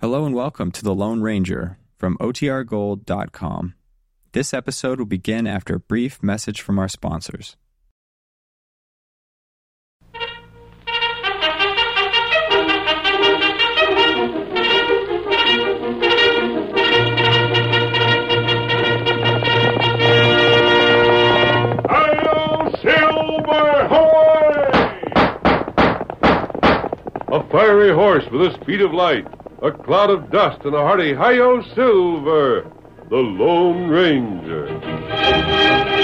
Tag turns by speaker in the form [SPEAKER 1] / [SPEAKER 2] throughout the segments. [SPEAKER 1] Hello and welcome to The Lone Ranger from OTRGold.com. This episode will begin after a brief message from our sponsors.
[SPEAKER 2] Hail Silver Hoy! A fiery horse with the speed of light, a cloud of dust, and a hearty Hail Silver, the Lone Ranger.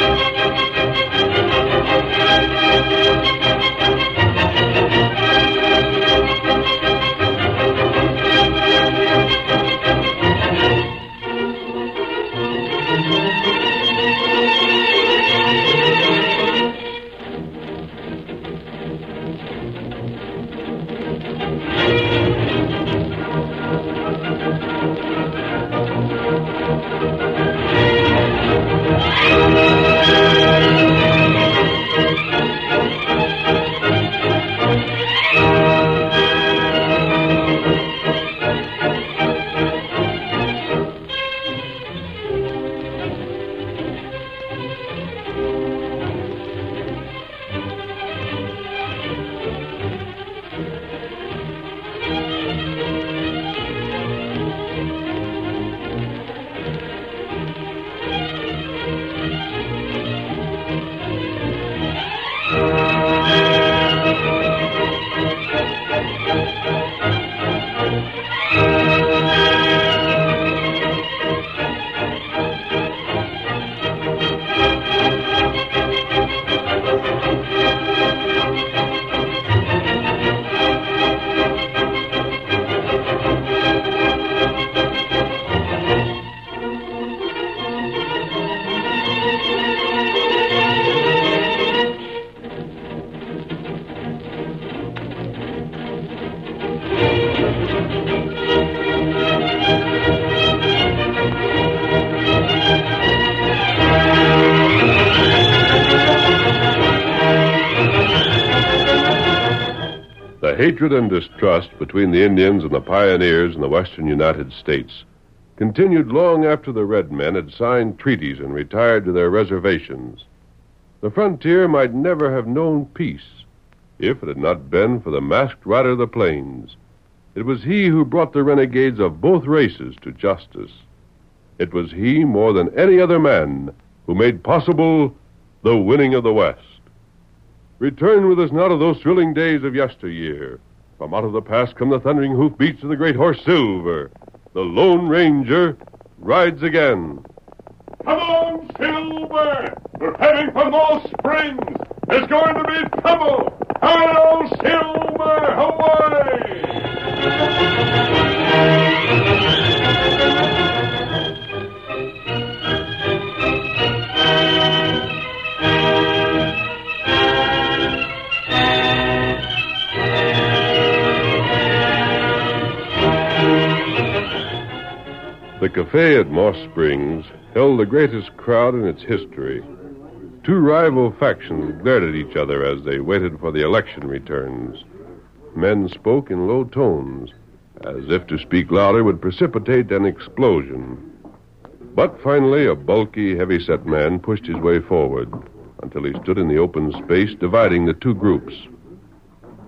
[SPEAKER 2] The hatred and distrust between the Indians and the pioneers in the western United States continued long after the red men had signed treaties and retired to their reservations. The frontier might never have known peace if it had not been for the masked rider of the plains. It was he who brought the renegades of both races to justice. It was he, more than any other man, who made possible the winning of the West. Return with us now to those thrilling days of yesteryear. From out of the past come the thundering hoofbeats of the great horse Silver. The Lone Ranger rides again. Come on, Silver! We're heading for Moss Springs! There's going to be trouble! Hello, Silver! Away! The cafe at Moss Springs held the greatest crowd in its history. Two rival factions glared at each other as they waited for the election returns. Men spoke in low tones, as if to speak louder would precipitate an explosion. But finally, a bulky, heavy set man pushed his way forward until he stood in the open space dividing the two groups.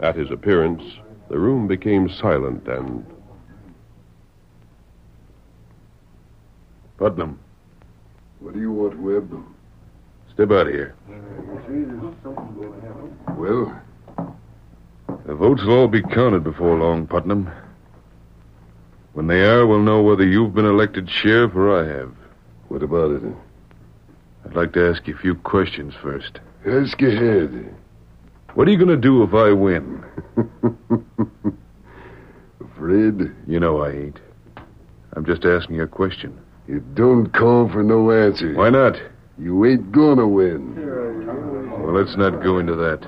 [SPEAKER 2] At his appearance, the room became silent and
[SPEAKER 3] Putnam,
[SPEAKER 4] What do you want, Webb?
[SPEAKER 3] step out here.
[SPEAKER 4] Well,
[SPEAKER 3] The votes will all be counted before long, Putnam. When they are, we'll know whether you've been elected sheriff or I have.
[SPEAKER 4] what about it?
[SPEAKER 3] I'd like to ask you a few questions first.
[SPEAKER 4] Ask ahead.
[SPEAKER 3] What are you going to do if I win?
[SPEAKER 4] Afraid
[SPEAKER 3] You know I ain't. I'm just asking you a question.
[SPEAKER 4] you don't call for no answer.
[SPEAKER 3] Why not?
[SPEAKER 4] You ain't gonna win.
[SPEAKER 3] Well, let's not go into that.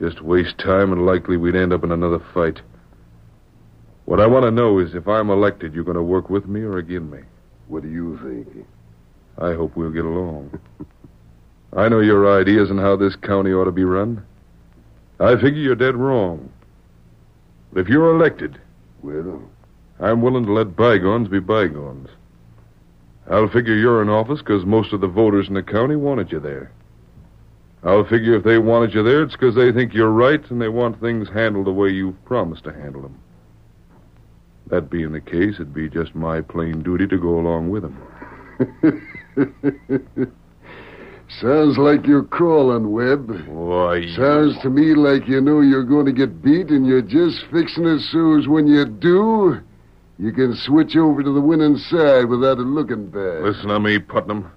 [SPEAKER 3] Just waste time, and likely we'd end up in another fight. What I want to know is if I'm elected, you're going to work with me or against me.
[SPEAKER 4] What do you think?
[SPEAKER 3] I hope we'll get along. I know your ideas on how this county ought to be run. I figure you're dead wrong. But if you're elected,
[SPEAKER 4] Well,
[SPEAKER 2] I'm willing to let bygones be bygones. I'll figure you're in office because most of the voters in the county wanted you there. I'll figure if they wanted you there, it's because they think you're right and they want things handled the way you've promised to handle them. That being the case, it'd be just my plain duty to go along with them.
[SPEAKER 4] Sounds like you're crawling, Webb.
[SPEAKER 2] Why?
[SPEAKER 4] Sounds to me like you know you're going to get beat and you're just fixing it so's when you do, you can switch over to the winning side without it looking bad.
[SPEAKER 2] Listen to me, Putnam.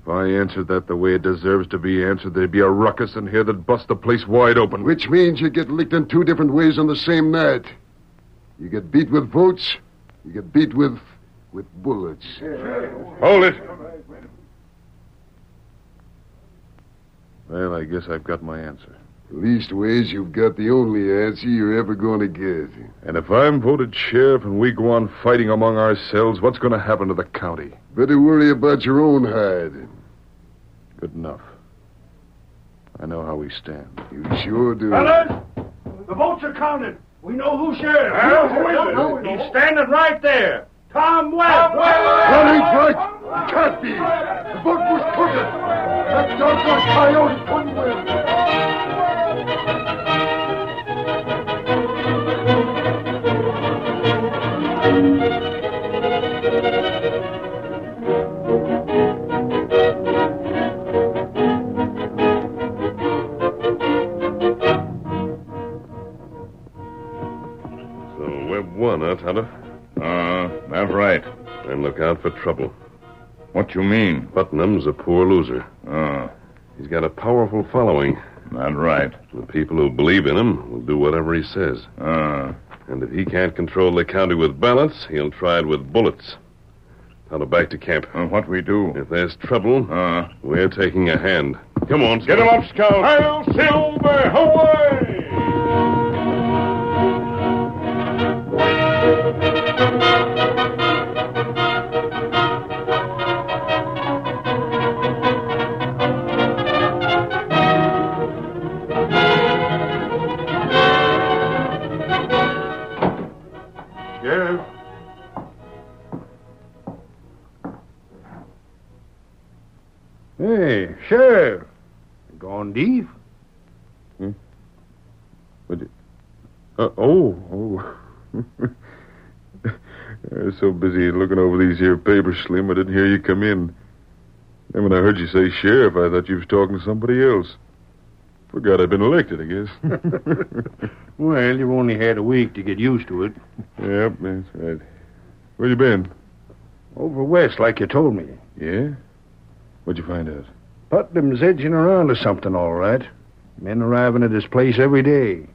[SPEAKER 2] If I answered that the way it deserves to be answered, there'd be a ruckus in here that'd bust the place wide open.
[SPEAKER 4] Which means you get licked in two different ways on the same night. You get beat with votes, you get beat with with bullets.
[SPEAKER 2] Hold it! Well, I guess I've got my answer.
[SPEAKER 4] Leastways, you've got the only answer you're ever going to get.
[SPEAKER 2] And if I'm voted sheriff and we go on fighting among ourselves, what's going to happen to the county?
[SPEAKER 4] Better worry about your own hide.
[SPEAKER 2] Good enough. I know how we stand.
[SPEAKER 4] You sure do.
[SPEAKER 5] Fellas, the votes are counted. We know who sheriff.
[SPEAKER 6] Well, who is it?
[SPEAKER 5] He's standing right there. Tom Webb.
[SPEAKER 4] Running right! It can't be! The boat was crooked! That doggone coyote couldn't win!
[SPEAKER 6] So Webb won, huh, Tonto?
[SPEAKER 7] Uh, that's right.
[SPEAKER 6] And look out for trouble.
[SPEAKER 7] What you mean?
[SPEAKER 6] Putnam's a poor loser.
[SPEAKER 7] Uh,
[SPEAKER 6] He's got a powerful following.
[SPEAKER 7] that's right.
[SPEAKER 6] The people who believe in him will do whatever he says.
[SPEAKER 7] Uh,
[SPEAKER 6] And if he can't control the county with ballots, he'll try it with bullets. Tonto, back to camp.
[SPEAKER 7] uh, what we do?
[SPEAKER 6] If there's trouble,
[SPEAKER 7] Uh,
[SPEAKER 6] we're taking a hand. Come on,
[SPEAKER 7] Get 'em up, Scout.
[SPEAKER 6] Hail Silver! Away!
[SPEAKER 2] Sheriff?
[SPEAKER 5] Hey, sheriff. Gone deep.
[SPEAKER 2] Uh, oh, oh. I was so busy looking over these here papers, Slim, I didn't hear you come in. Then when I heard you say sheriff, I thought you was talking to somebody else. Forgot I'd been elected, I guess.
[SPEAKER 5] Well, you only had a week to get used to it.
[SPEAKER 2] yep, that's right. Where you been?
[SPEAKER 5] Over west, like you told me.
[SPEAKER 2] Yeah? What'd you find out?
[SPEAKER 5] Putnam's edging around to something, all right. Men arriving at his place every day.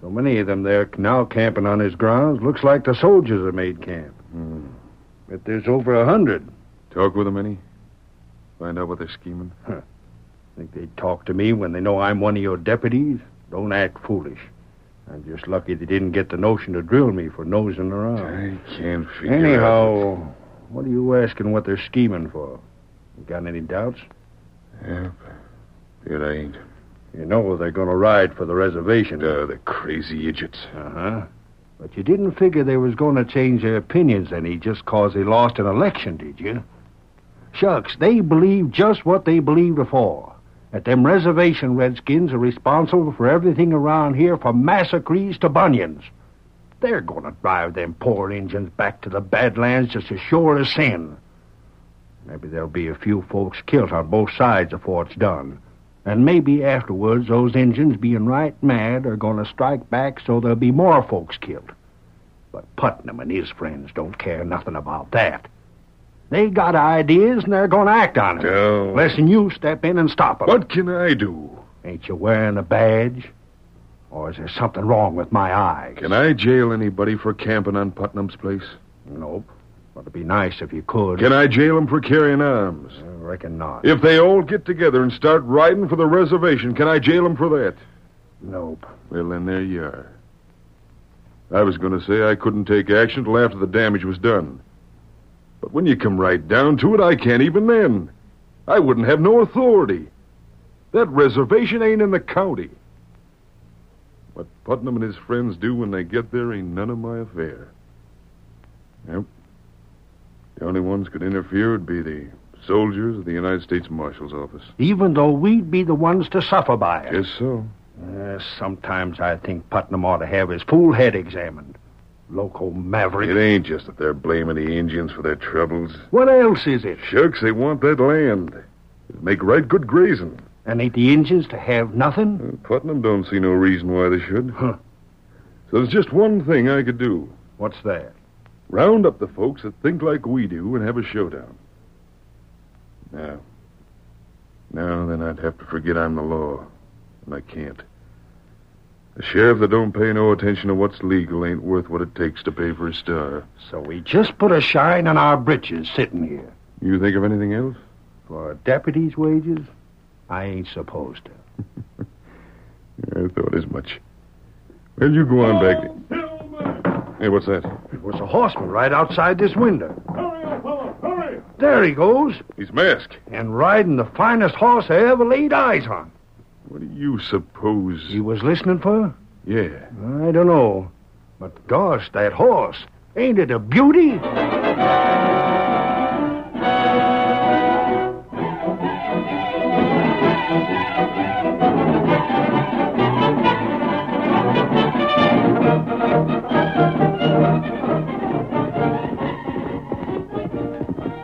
[SPEAKER 5] So many of them there now camping on his grounds. Looks like the soldiers have made camp.
[SPEAKER 2] Hmm.
[SPEAKER 5] But there's over a hundred.
[SPEAKER 2] Talk with them any? Find out what they're scheming?
[SPEAKER 5] Think they talk to me when they know I'm one of your deputies? Don't act foolish. I'm just lucky they didn't get the notion to drill me for nosing around.
[SPEAKER 2] I can't figure out.
[SPEAKER 5] Anyhow, what are you asking what they're scheming for? You got any doubts?
[SPEAKER 2] Yep. It ain't.
[SPEAKER 5] You know they're going to ride for the reservation.
[SPEAKER 2] Uh, the crazy idiots.
[SPEAKER 5] huh. But you didn't figure they was going to change their opinions any just 'cause they lost an election, did you? Shucks, they believe just what they believed before. That them reservation redskins are responsible for everything around here from massacres to bunions. They're going to drive them poor Indians back to the Badlands just as sure as sin. Maybe there'll be a few folks killed on both sides afore it's done. And maybe afterwards, those Indians, being right mad, are going to strike back so there'll be more folks killed. But Putnam and his friends don't care nothing about that. They got ideas and they're going to act on it.
[SPEAKER 2] No.
[SPEAKER 5] Listen, you step in and stop 'em.
[SPEAKER 2] What can I do?
[SPEAKER 5] Ain't you wearing a badge? Or is there something wrong with my eyes?
[SPEAKER 2] Can I jail anybody for camping on Putnam's place?
[SPEAKER 5] Nope. But it'd be nice if you could.
[SPEAKER 2] Can I jail them for carrying arms?
[SPEAKER 5] I reckon not.
[SPEAKER 2] If they all get together and start riding for the reservation, can I jail them for that?
[SPEAKER 5] Nope.
[SPEAKER 2] Well, then there you are. I was going to say I couldn't take action till after the damage was done. But when you come right down to it, I can't even then. I wouldn't have no authority. That reservation ain't in the county. What Putnam and his friends do when they get there ain't none of my affair.
[SPEAKER 3] only ones could interfere would be the soldiers of the United States Marshal's Office.
[SPEAKER 5] even though we'd be the ones to suffer by it.
[SPEAKER 3] Guess so.
[SPEAKER 5] Uh, sometimes I think Putnam ought to have his fool head examined. Loco maverick.
[SPEAKER 3] It ain't just that they're blaming the Indians for their troubles.
[SPEAKER 5] What else is it?
[SPEAKER 3] Shucks, they want that land. It'd make right good grazing.
[SPEAKER 5] And ain't the Indians to have nothing?
[SPEAKER 3] Uh, Putnam don't see no reason why they should.
[SPEAKER 5] Huh.
[SPEAKER 3] So there's just one thing I could do.
[SPEAKER 5] What's that?
[SPEAKER 3] Round up the folks that think like we do and have a showdown. No. No, then I'd have to forget I'm the law. And I can't. A sheriff that don't pay no attention to what's legal ain't worth what it takes to pay for a star.
[SPEAKER 5] So we just put a shine on our britches sitting here.
[SPEAKER 3] You think of anything else?
[SPEAKER 5] For a deputy's wages? I ain't supposed to.
[SPEAKER 3] I thought as much. Well, you go on back. Hey, what's that?
[SPEAKER 5] It was a horseman right outside this window.
[SPEAKER 2] Hurry, old fellow, hurry!
[SPEAKER 5] There he goes,
[SPEAKER 3] He's masked.
[SPEAKER 5] and riding the finest horse I ever laid eyes on.
[SPEAKER 3] What do you suppose?
[SPEAKER 5] He was listening for?
[SPEAKER 3] Yeah.
[SPEAKER 5] I don't know. But gosh, that horse. Ain't it a beauty?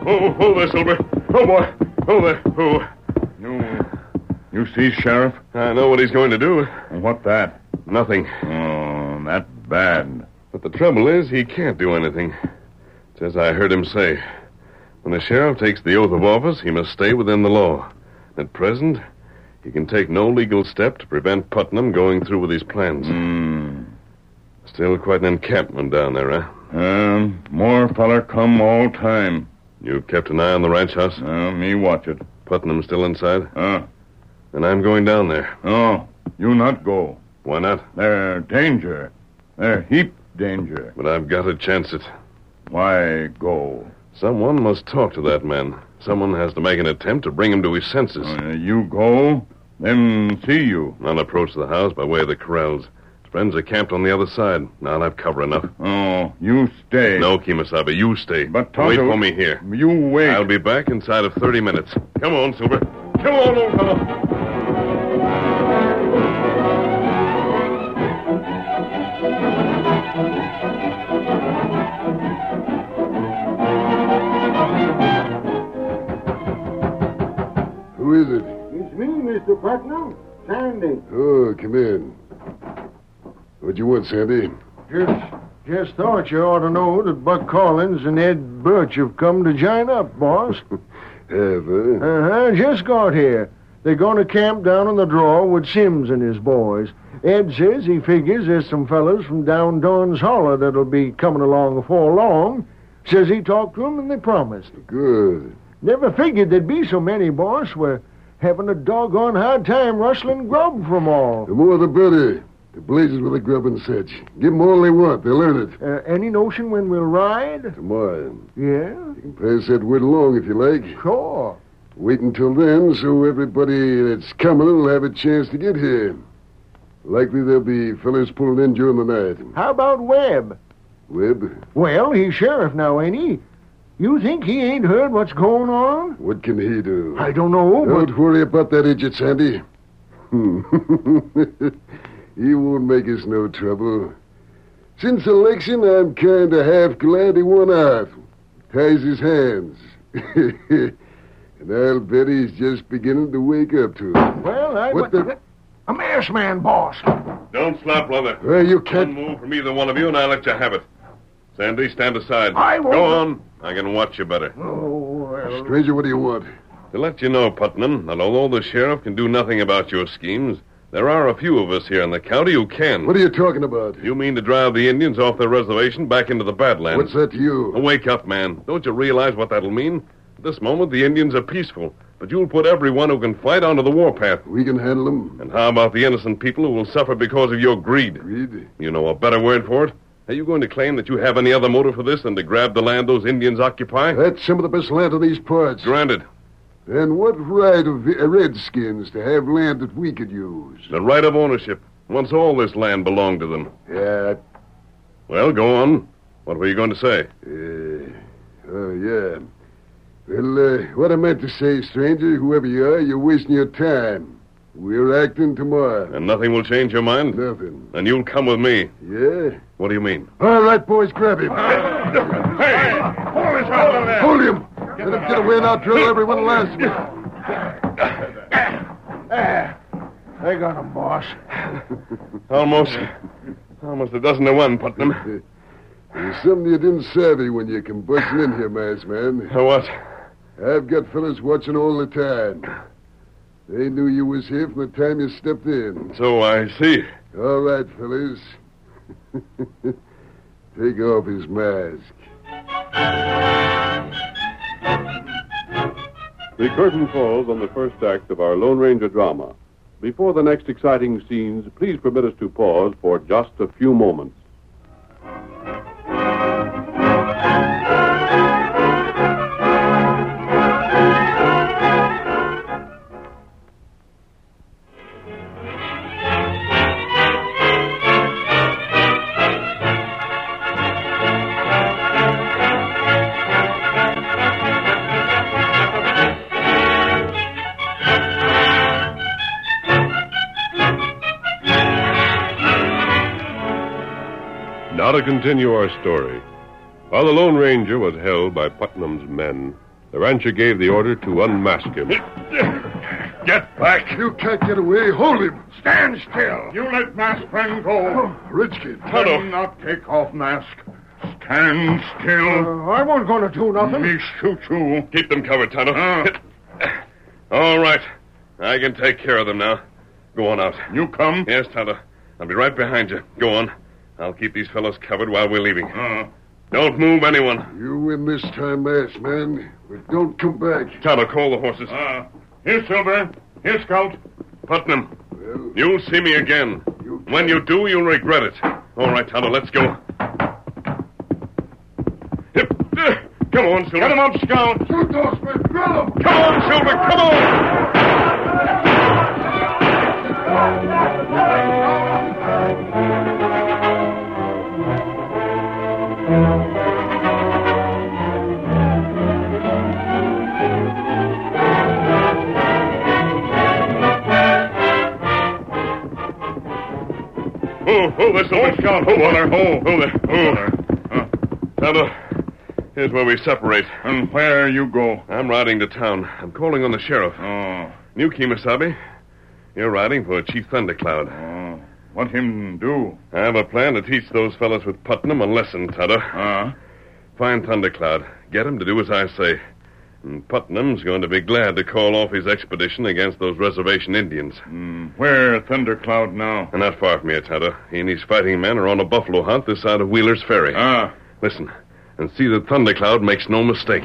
[SPEAKER 2] Oh, hold there, Silver. Oh, boy. Oh, there. Oh. You. You see, Sheriff? I know what he's going to do. What that? Nothing. Oh, that bad. But the trouble is, he can't do anything. It's as I heard him say. When the sheriff takes the oath of office, he must stay within the law. At present, he can take no legal step to prevent Putnam going through with his plans.
[SPEAKER 7] Hmm.
[SPEAKER 2] Still quite an encampment down there, eh? huh?
[SPEAKER 7] Um, more feller come all time.
[SPEAKER 2] You kept an eye on the ranch house?
[SPEAKER 7] Uh, me watch it.
[SPEAKER 2] Putnam's still inside?
[SPEAKER 7] Huh?
[SPEAKER 2] Then I'm going down there.
[SPEAKER 7] No, you not go.
[SPEAKER 2] Why not?
[SPEAKER 7] There danger. There heap danger.
[SPEAKER 2] But I've got to chance it.
[SPEAKER 7] Why go?
[SPEAKER 2] Someone must talk to that man. Someone has to make an attempt to bring him to his senses.
[SPEAKER 7] Uh, you go, them see you.
[SPEAKER 2] I'll approach the house by way of the corrals. His friends are camped on the other side. Now I'll have cover enough.
[SPEAKER 7] Oh, you stay.
[SPEAKER 2] No, Kimasabi, you stay.
[SPEAKER 7] But Tonto-
[SPEAKER 2] Wait for me here.
[SPEAKER 7] You wait.
[SPEAKER 2] I'll be back inside of 30 minutes. Come on, Silver. Come on, old fellow.
[SPEAKER 4] Who is it?
[SPEAKER 8] It's me, Mr. Putnam. Sandy.
[SPEAKER 4] Oh, come in. What you want, Sandy?
[SPEAKER 5] Just, just thought you ought to know that Buck Collins and Ed Birch have come to join up, boss.
[SPEAKER 4] Ever?
[SPEAKER 5] Uh huh. Just got here. They're going to camp down on the draw with Sims and his boys. Ed says he figures there's some fellas from down Dawn's Holler that'll be coming along before long. Says he talked to 'em and they promised.
[SPEAKER 4] Good.
[SPEAKER 5] Never figured there'd be so many, boss. We're having a doggone hard time rustling grub from all.
[SPEAKER 4] The more the better. The blazes with the grub and such. Give 'em all they want. They'll earn it.
[SPEAKER 5] Uh, any notion when we'll ride?
[SPEAKER 4] Tomorrow.
[SPEAKER 5] Yeah,
[SPEAKER 4] You can pass that word along if you like.
[SPEAKER 5] sure.
[SPEAKER 4] Wait until then so everybody that's coming will have a chance to get here. Likely there'll be fellas pulling in during the night.
[SPEAKER 5] How about Webb?
[SPEAKER 4] Webb,
[SPEAKER 5] Well, he's sheriff now, ain't he? You think he ain't heard what's going on?
[SPEAKER 4] what can he do?
[SPEAKER 5] I don't know, but
[SPEAKER 4] Don't worry about that idiot, Sandy. Hmm. he won't make us no trouble. Since election, I'm kind of half glad he won out. Ties his hands. and I'll bet he's just beginning to wake up to it.
[SPEAKER 5] Well, I.
[SPEAKER 4] What the-
[SPEAKER 5] A masked man, boss.
[SPEAKER 2] Don't slap, brother.
[SPEAKER 4] Well, you
[SPEAKER 2] One
[SPEAKER 4] can't.
[SPEAKER 2] move from either one of you, and I'll let you have it. Sandy, stand aside.
[SPEAKER 5] I won't-
[SPEAKER 2] Go on. I can watch you better.
[SPEAKER 5] Oh, well.
[SPEAKER 4] Stranger, what do you want?
[SPEAKER 2] To let you know, Putnam, that although the sheriff can do nothing about your schemes, there are a few of us here in the county who can.
[SPEAKER 4] What are you talking about?
[SPEAKER 2] You mean to drive the Indians off their reservation back into the Badlands?
[SPEAKER 4] What's that to
[SPEAKER 2] Now,
[SPEAKER 4] you?
[SPEAKER 2] Wake up, man. Don't you realize what that'll mean? At this moment, the Indians are peaceful, but you'll put everyone who can fight onto the warpath.
[SPEAKER 4] We can handle him.
[SPEAKER 2] And how about the innocent people who will suffer because of your greed?
[SPEAKER 4] Reed,
[SPEAKER 2] You know a better word for it? Are you going to claim that you have any other motive for this than to grab the land those Indians occupy?
[SPEAKER 4] that's some of the best land in these parts.
[SPEAKER 2] Granted.
[SPEAKER 4] And what right of the uh, Redskins to have land that we could use?
[SPEAKER 2] The right of ownership. Once all this land belonged to them.
[SPEAKER 4] Yeah,
[SPEAKER 2] Well, go on. What were you going to say?
[SPEAKER 4] Uh, Oh, yeah. Well, uh, what I meant to say, stranger, whoever you are, you're wasting your time. We're acting tomorrow.
[SPEAKER 2] And nothing will change your mind?
[SPEAKER 4] Nothing.
[SPEAKER 2] Then you'll come with me.
[SPEAKER 4] Yeah?
[SPEAKER 2] What do you mean?
[SPEAKER 4] All right, boys, grab him.
[SPEAKER 2] Hey! Hold his hand over there!
[SPEAKER 4] Hold him. Let him get away and I'll drill everyone last.
[SPEAKER 5] They got him, boss.
[SPEAKER 2] Almost. Almost a dozen to one, Putnam.
[SPEAKER 4] There's something you didn't savvy when you come busting in here, masked man.
[SPEAKER 2] So what?
[SPEAKER 4] I've got fellas watching all the time. They knew you was here from the time you stepped in.
[SPEAKER 2] So I see.
[SPEAKER 4] All right, fellas. Take off his mask.
[SPEAKER 9] The curtain falls on the first act of our Lone Ranger drama. Before the next exciting scenes, please permit us to pause for just a few moments.
[SPEAKER 2] Now to
[SPEAKER 9] continue our story. While the Lone Ranger was held by Putnam's men, the rancher gave the order to unmask him.
[SPEAKER 2] Get back!
[SPEAKER 4] You can't get away. Hold him.
[SPEAKER 2] Stand still!
[SPEAKER 7] You let mask friend go.
[SPEAKER 4] Richkin.
[SPEAKER 7] Do not take off mask. Stand still.
[SPEAKER 5] I wasn't going to do
[SPEAKER 7] Let me shoot you.
[SPEAKER 2] Keep them covered, Tonto. All right. I can take care of them now. Go on out.
[SPEAKER 7] You come.
[SPEAKER 2] Yes, Tonto. I'll be right behind you. Go on. I'll keep these fellows covered while we're leaving.
[SPEAKER 7] Uh,
[SPEAKER 2] Don't move anyone.
[SPEAKER 4] You win this time, masked man. But don't come back.
[SPEAKER 2] Tonto, call the horses.
[SPEAKER 7] uh, here, Silver. Here, Scout.
[SPEAKER 2] Putnam,
[SPEAKER 4] Well,
[SPEAKER 2] you'll see me again.
[SPEAKER 4] you
[SPEAKER 2] When you do, you'll regret it. All right, Tonto, let's go. Yep. Uh, Come on, Silver. Get him up, Scout.
[SPEAKER 4] Shoot those men. Drill 'em.
[SPEAKER 2] Come on, Silver, come on! Oh, oh, there's Silver. Scout. Hold on there. Oh, oh, there. Oh, there.
[SPEAKER 7] Uh,
[SPEAKER 2] Tonto, here's where we separate.
[SPEAKER 7] and where you go?
[SPEAKER 2] I'm riding to town. I'm calling on the sheriff.
[SPEAKER 7] Oh,
[SPEAKER 2] You, Kimasabi, you're riding for Chief Thundercloud.
[SPEAKER 7] uh, what him do?
[SPEAKER 2] I have a plan to teach those fellas with Putnam a lesson, Tonto.
[SPEAKER 7] Uh,
[SPEAKER 2] Find Thundercloud. Get him to do as I say. And Putnam's going to be glad to call off his expedition against those reservation Indians.
[SPEAKER 7] mm, where Thundercloud now?
[SPEAKER 2] They're not far from here, Tonto. He and his fighting men are on a buffalo hunt this side of Wheeler's Ferry.
[SPEAKER 7] Ah,
[SPEAKER 2] Listen, and see that Thundercloud makes no mistake.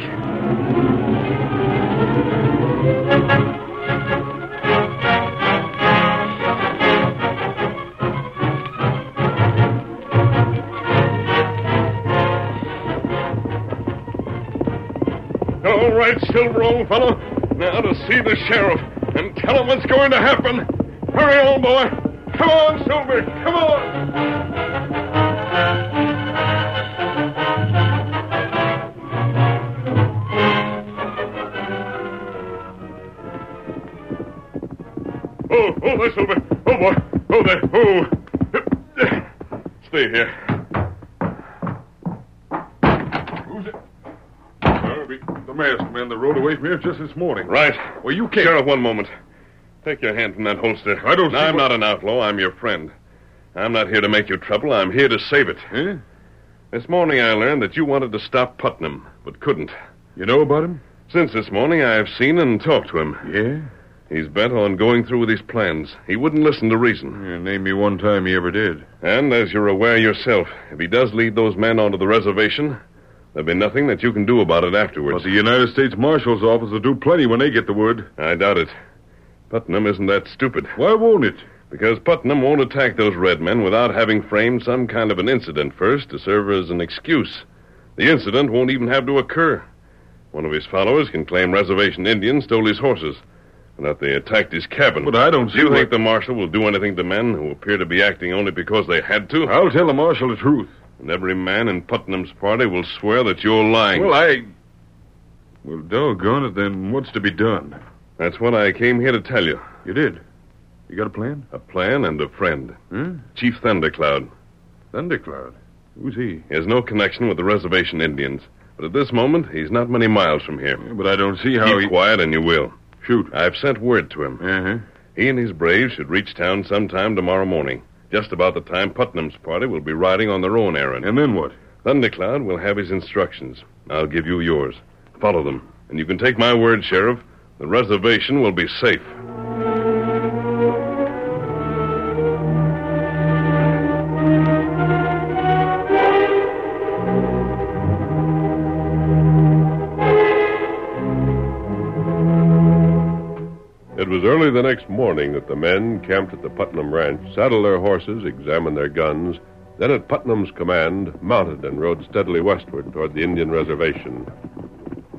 [SPEAKER 2] All right, Silver, old fellow. Now to see the sheriff and tell him what's going to happen. Hurry on, boy. Come on, Silver. Come on. Oh, oh, there, Silver. Oh, boy. Oh, there. Oh. Stay here.
[SPEAKER 3] Who's it? Uh, the- the masked man that rode away from here just this morning.
[SPEAKER 2] Right.
[SPEAKER 3] Well, you can't.
[SPEAKER 2] Sheriff, one moment. Take your hand from that holster.
[SPEAKER 3] I don't see
[SPEAKER 2] I'm
[SPEAKER 3] what-
[SPEAKER 2] not an outlaw. I'm your friend. I'm not here to make you trouble. I'm here to save it.
[SPEAKER 3] Huh?
[SPEAKER 2] This morning I learned that you wanted to stop Putnam, but couldn't.
[SPEAKER 3] You know about him?
[SPEAKER 2] Since this morning, I've seen and talked to him.
[SPEAKER 3] Yeah.
[SPEAKER 2] He's bent on going through with his plans. He wouldn't listen to reason.
[SPEAKER 3] yeah. Name me one time he ever did.
[SPEAKER 2] And as you're aware yourself, if he does lead those men onto the reservation, there'll be nothing that you can do about it afterwards.
[SPEAKER 3] But the United States Marshal's Office will do plenty when they get the word.
[SPEAKER 2] I doubt it. Putnam isn't that stupid.
[SPEAKER 3] Why won't it?
[SPEAKER 2] Because Putnam won't attack those red men without having framed some kind of an incident first to serve as an excuse. The incident won't even have to occur. One of his followers can claim reservation Indians stole his horses and that they attacked his cabin.
[SPEAKER 3] But I don't
[SPEAKER 2] Do
[SPEAKER 3] see.
[SPEAKER 2] you
[SPEAKER 3] what-
[SPEAKER 2] think the marshal will do anything to men who appear to be acting only because they had to?
[SPEAKER 3] I'll tell the marshal the truth.
[SPEAKER 2] And every man in Putnam's party will swear that you're lying.
[SPEAKER 3] Well, I
[SPEAKER 7] Well, doggone it, then what's to be done?
[SPEAKER 2] That's what I came here to tell you.
[SPEAKER 7] You did. You got a plan?
[SPEAKER 2] A plan and a friend.
[SPEAKER 7] Hmm?
[SPEAKER 2] Chief Thundercloud.
[SPEAKER 7] Thundercloud. Who's he?
[SPEAKER 2] He has no connection with the reservation Indians. But at this moment, he's not many miles from here.
[SPEAKER 7] But I don't see how
[SPEAKER 2] Keep
[SPEAKER 7] he.
[SPEAKER 2] quiet and you will.
[SPEAKER 7] Shoot.
[SPEAKER 2] I've sent word to him.
[SPEAKER 7] Uh huh.
[SPEAKER 2] He and his braves should reach town sometime tomorrow morning, just about the time Putnam's party will be riding on their own errand.
[SPEAKER 7] And then what?
[SPEAKER 2] Thundercloud will have his instructions. I'll give you yours. Follow them. And you can take my word, Sheriff. The reservation will be safe.
[SPEAKER 10] It was early the next morning that the men, camped at the Putnam Ranch, saddled their horses, examined their guns, then at Putnam's command, mounted and rode steadily westward toward the Indian reservation.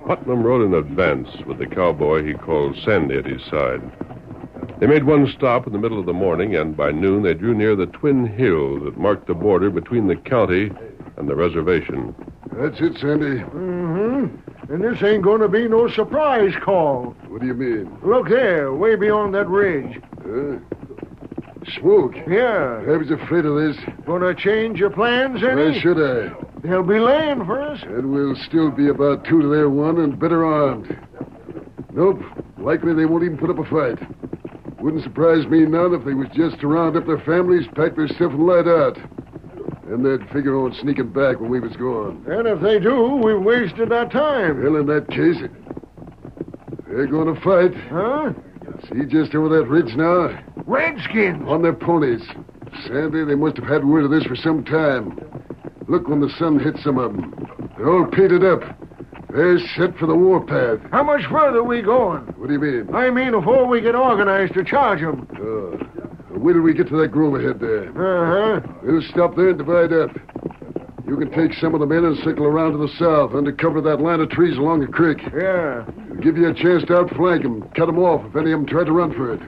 [SPEAKER 10] Putnam rode in advance with the cowboy he called Sandy at his side. They made one stop in the middle of the morning, and by noon they drew near the twin hills that marked the border between the county and the reservation.
[SPEAKER 4] That's it, Sandy.
[SPEAKER 5] Mm-hmm. And this ain't going to be no surprise call.
[SPEAKER 4] What do you mean?
[SPEAKER 5] Look there, way beyond that ridge.
[SPEAKER 4] Huh? Smoke.
[SPEAKER 5] Yeah.
[SPEAKER 4] I was afraid of this.
[SPEAKER 5] Gonna change your plans,
[SPEAKER 4] Why
[SPEAKER 5] any?
[SPEAKER 4] should I?
[SPEAKER 5] There'll be land for us.
[SPEAKER 4] And we'll still be about two to their one and better armed. Nope. Likely they won't even put up a fight. Wouldn't surprise me none if they was just to round up their families, pack their stuff, and light out. And they'd figure on sneaking back when we was gone.
[SPEAKER 5] And if they do, we've wasted our time.
[SPEAKER 4] Well, in that case, they're going to fight.
[SPEAKER 5] Huh?
[SPEAKER 4] See just over that ridge now?
[SPEAKER 5] Redskins!
[SPEAKER 4] On their ponies. Sandy, they must have had word of this for some time. Look when the sun hits some of them. They're all painted up. They're set for the warpath.
[SPEAKER 5] How much further we going?
[SPEAKER 4] What do you mean?
[SPEAKER 5] I mean, before we get organized to charge 'em.
[SPEAKER 4] Oh, wait till we get to that grove ahead there.
[SPEAKER 5] Uh huh.
[SPEAKER 4] We'll stop there and divide up. You can take some of the men and circle around to the south under cover of that line of trees along the creek.
[SPEAKER 5] Yeah.
[SPEAKER 4] It'll give you a chance to outflank 'em, cut 'em off if any of 'em try to run for it.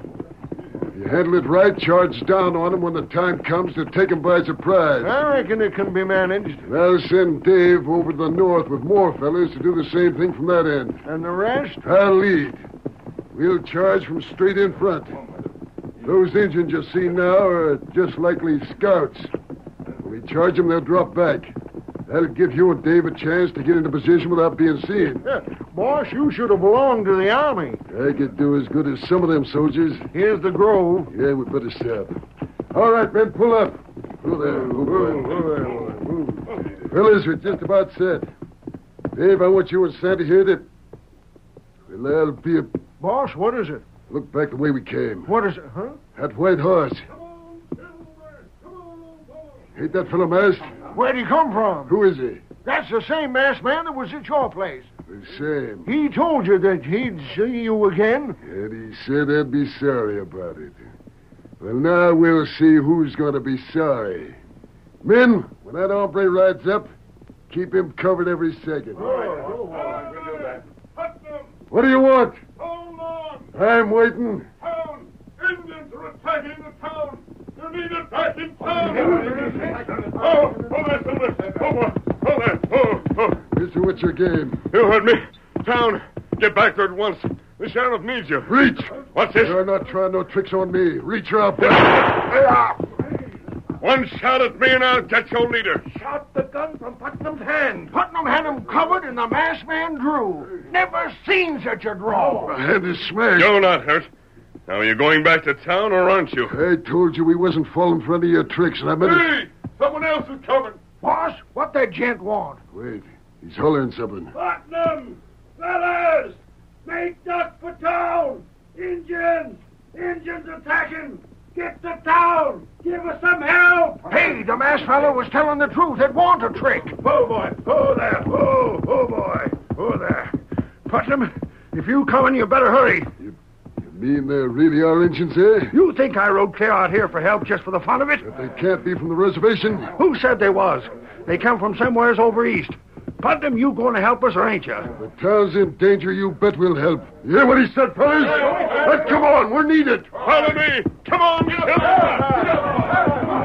[SPEAKER 4] If you handle it right, charge down on 'em when the time comes to take 'em by surprise.
[SPEAKER 5] I reckon it can be managed.
[SPEAKER 4] And I'll send Dave over to the north with more fellows to do the same thing from that end.
[SPEAKER 5] And the rest?
[SPEAKER 4] I'll lead. We'll charge from straight in front. Those engines you see now are just likely scouts. When we charge them, they'll drop back. That'll give you and Dave a chance to get into position without being seen.
[SPEAKER 5] Yeah. Boss, you should have belonged to the army.
[SPEAKER 4] I could do as good as some of them soldiers.
[SPEAKER 5] Here's the grove.
[SPEAKER 4] Yeah, we better stop. All right, men, pull up. Pull there. Oh, boy. Fellas, we're just about set. Dave, I want you and Sandy here to. Well, that'll be a.
[SPEAKER 5] Boss, what is it?
[SPEAKER 4] Look back the way we came.
[SPEAKER 5] What is it? Huh?
[SPEAKER 4] That white horse. Ain't that fellow masked?
[SPEAKER 5] Where'd he come from?
[SPEAKER 4] Who is he?
[SPEAKER 5] That's the same masked man that was at your place.
[SPEAKER 4] The same.
[SPEAKER 5] He told you that he'd see you again.
[SPEAKER 4] And he said I'd be sorry about it. Well, now we'll see who's going to be sorry. Men, when that hombre rides up, keep him covered every second.
[SPEAKER 5] Oh,
[SPEAKER 4] What do you want?
[SPEAKER 11] Hold on!
[SPEAKER 4] I'm waiting.
[SPEAKER 11] Town! Indians are attacking the town! You need it back in town! Oh, oh, there, Silver! Oh, boy. oh, there! Oh, oh!
[SPEAKER 4] This is what's your game.
[SPEAKER 2] You heard me. Town, get back there at once. The sheriff needs you.
[SPEAKER 4] Reach!
[SPEAKER 2] What's this?
[SPEAKER 4] You're not trying no tricks on me. Reach up.
[SPEAKER 2] One shot at me and I'll get your leader.
[SPEAKER 11] Shot the gun from Putnam's hand!
[SPEAKER 5] Putnam had him covered, and the masked man drew. Never seen such a draw.
[SPEAKER 4] My
[SPEAKER 11] Oh,
[SPEAKER 4] hand is smashed.
[SPEAKER 2] You're not hurt. Now, are you going back to town or aren't you?
[SPEAKER 4] I told you we wasn't falling for any of your tricks, and I meant it.
[SPEAKER 11] Hey! Someone else is coming!
[SPEAKER 5] Boss, what that gent want?
[SPEAKER 4] Wait, he's hollering something.
[SPEAKER 11] Putnam! Fellas! Make duck for town! Indians! Indians attacking! Get to town! Give us some help!
[SPEAKER 5] Hey, the masked fellow was telling the truth. It want a trick.
[SPEAKER 11] Oh, boy! Oh, there! Oh, oh, boy! Oh, there!
[SPEAKER 5] Putnam, if you coming, you better hurry.
[SPEAKER 4] You mean there really are engines here?
[SPEAKER 5] You think I rode clear out here for help just for the fun of it?
[SPEAKER 4] They can't be from the reservation.
[SPEAKER 5] Who said they was? They come from somewheres over east. Putnam, you going to help us or ain't you?
[SPEAKER 4] The town's in danger. You bet we'll help. You hear what he said, fellas? But come on, we're needed.
[SPEAKER 2] Follow me. Come on, Silver.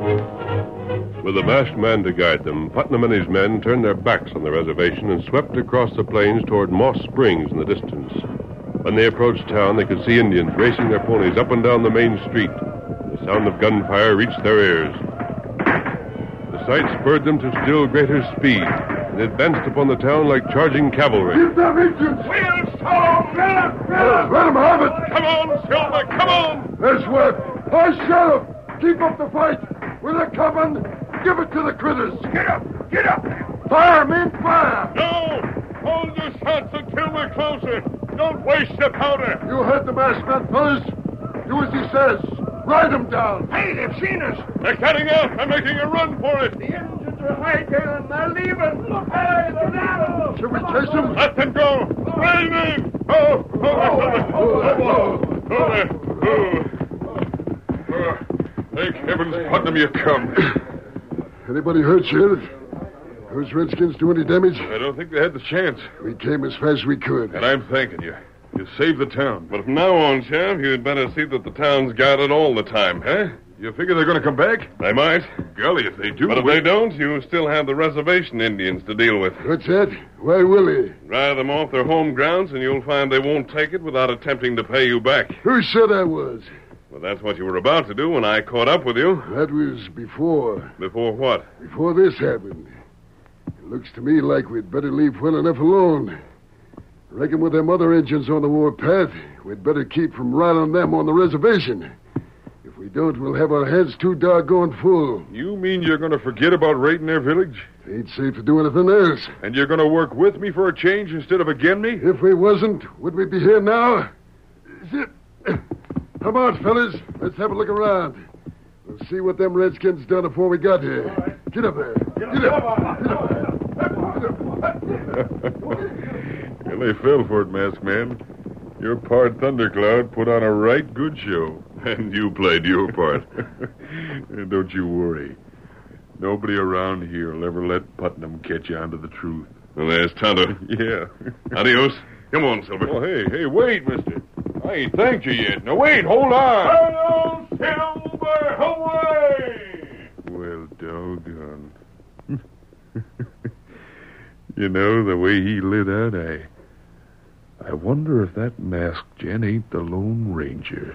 [SPEAKER 2] With a masked man to guide them, Putnam and his men turned their backs on the reservation and swept across the plains toward Moss Springs in the distance. When they approached town, they could see Indians racing their ponies up and down the main street. The sound of gunfire reached their ears. The sight spurred them to still greater speed and advanced upon the town like charging cavalry.
[SPEAKER 5] Get them engines! We'll storm! Let them! Let them have it! Come on, Silver! Come on! This way! Hi, Sheriff! Keep up the fight! With a coming! Give it to the critters! Get up! Get up! Fire, men! Fire! No! Hold your shots until we're closer! Don't waste your powder! You heard the masked man, fellas. Do as he says. Ride them down. Hey, they've seen us. They're getting out. They're making a run for it. The engines are hightailing. They're leaving. Look, hey, they're now. Should we chase them? Let them go. Rein in. Oh, oh, oh, oh, oh, oh,
[SPEAKER 2] oh,
[SPEAKER 7] Thank heavens, Putnam, you come.
[SPEAKER 4] Anybody hurt, Sheriff? Those redskins do any damage?
[SPEAKER 7] I don't think they had the chance,
[SPEAKER 4] We came as fast as we could.
[SPEAKER 7] and I'm thanking you. You saved the town.
[SPEAKER 12] But from now on, Sheriff, you'd better see that the town's guarded all the time, huh?
[SPEAKER 7] You figure they're going to come back?
[SPEAKER 12] They might.
[SPEAKER 7] Golly, if they do.
[SPEAKER 12] But if they don't, you still have the reservation Indians to deal with.
[SPEAKER 4] What's that? Why, Willie?
[SPEAKER 12] Drive them off their home grounds, and you'll find they won't take it without attempting to pay you back.
[SPEAKER 4] Who said I was?
[SPEAKER 12] Well, that's what you were about to do when I caught up with you.
[SPEAKER 4] That was before.
[SPEAKER 12] Before what?
[SPEAKER 4] Before this happened. It looks to me like we'd better leave well enough alone. Reckon with them other engines on the warpath, we'd better keep from riling them on the reservation. If we don't, we'll have our hands too doggone full.
[SPEAKER 7] You mean you're going to forget about raiding their village?
[SPEAKER 4] Ain't safe to do anything else.
[SPEAKER 7] And you're going to work with me for a change instead of against me?
[SPEAKER 4] If we wasn't, would we be here now? Zip. Come on, fellas. Let's have a look around. We'll see what them redskins done before we got here. Get up there. Get up. Get up.
[SPEAKER 7] Well, they fell for it, Masked Man. Your part, Thundercloud, put on a right good show.
[SPEAKER 12] And you played your part.
[SPEAKER 7] And Don't you worry. Nobody around here will ever let Putnam catch on to the truth.
[SPEAKER 12] well, there's Tonto.
[SPEAKER 7] Yeah.
[SPEAKER 12] Adios. Come on, Silver.
[SPEAKER 7] Oh, hey, hey, wait, mister. I ain't thanked you yet. Now, wait, hold on.
[SPEAKER 5] Hello, Silver! Away!
[SPEAKER 7] Well, doggone. you know, the way he lit out, I. I wonder if that masked gent ain't the Lone Ranger.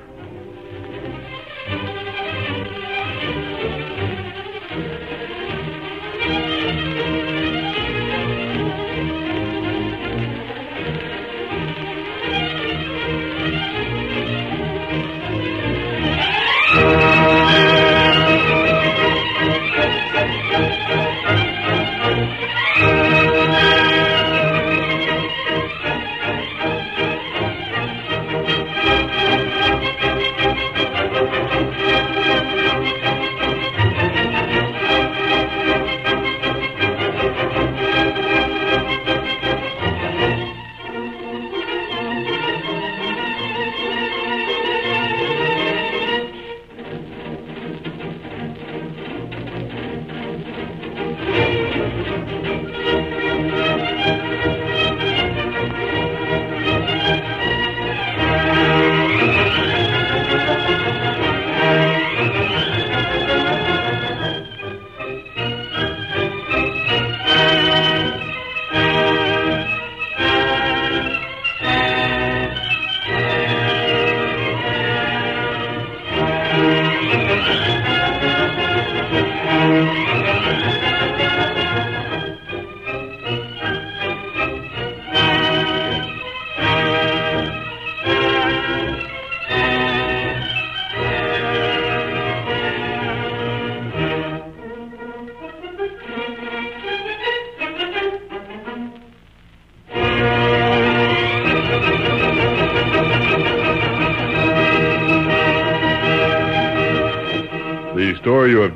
[SPEAKER 2] The story you have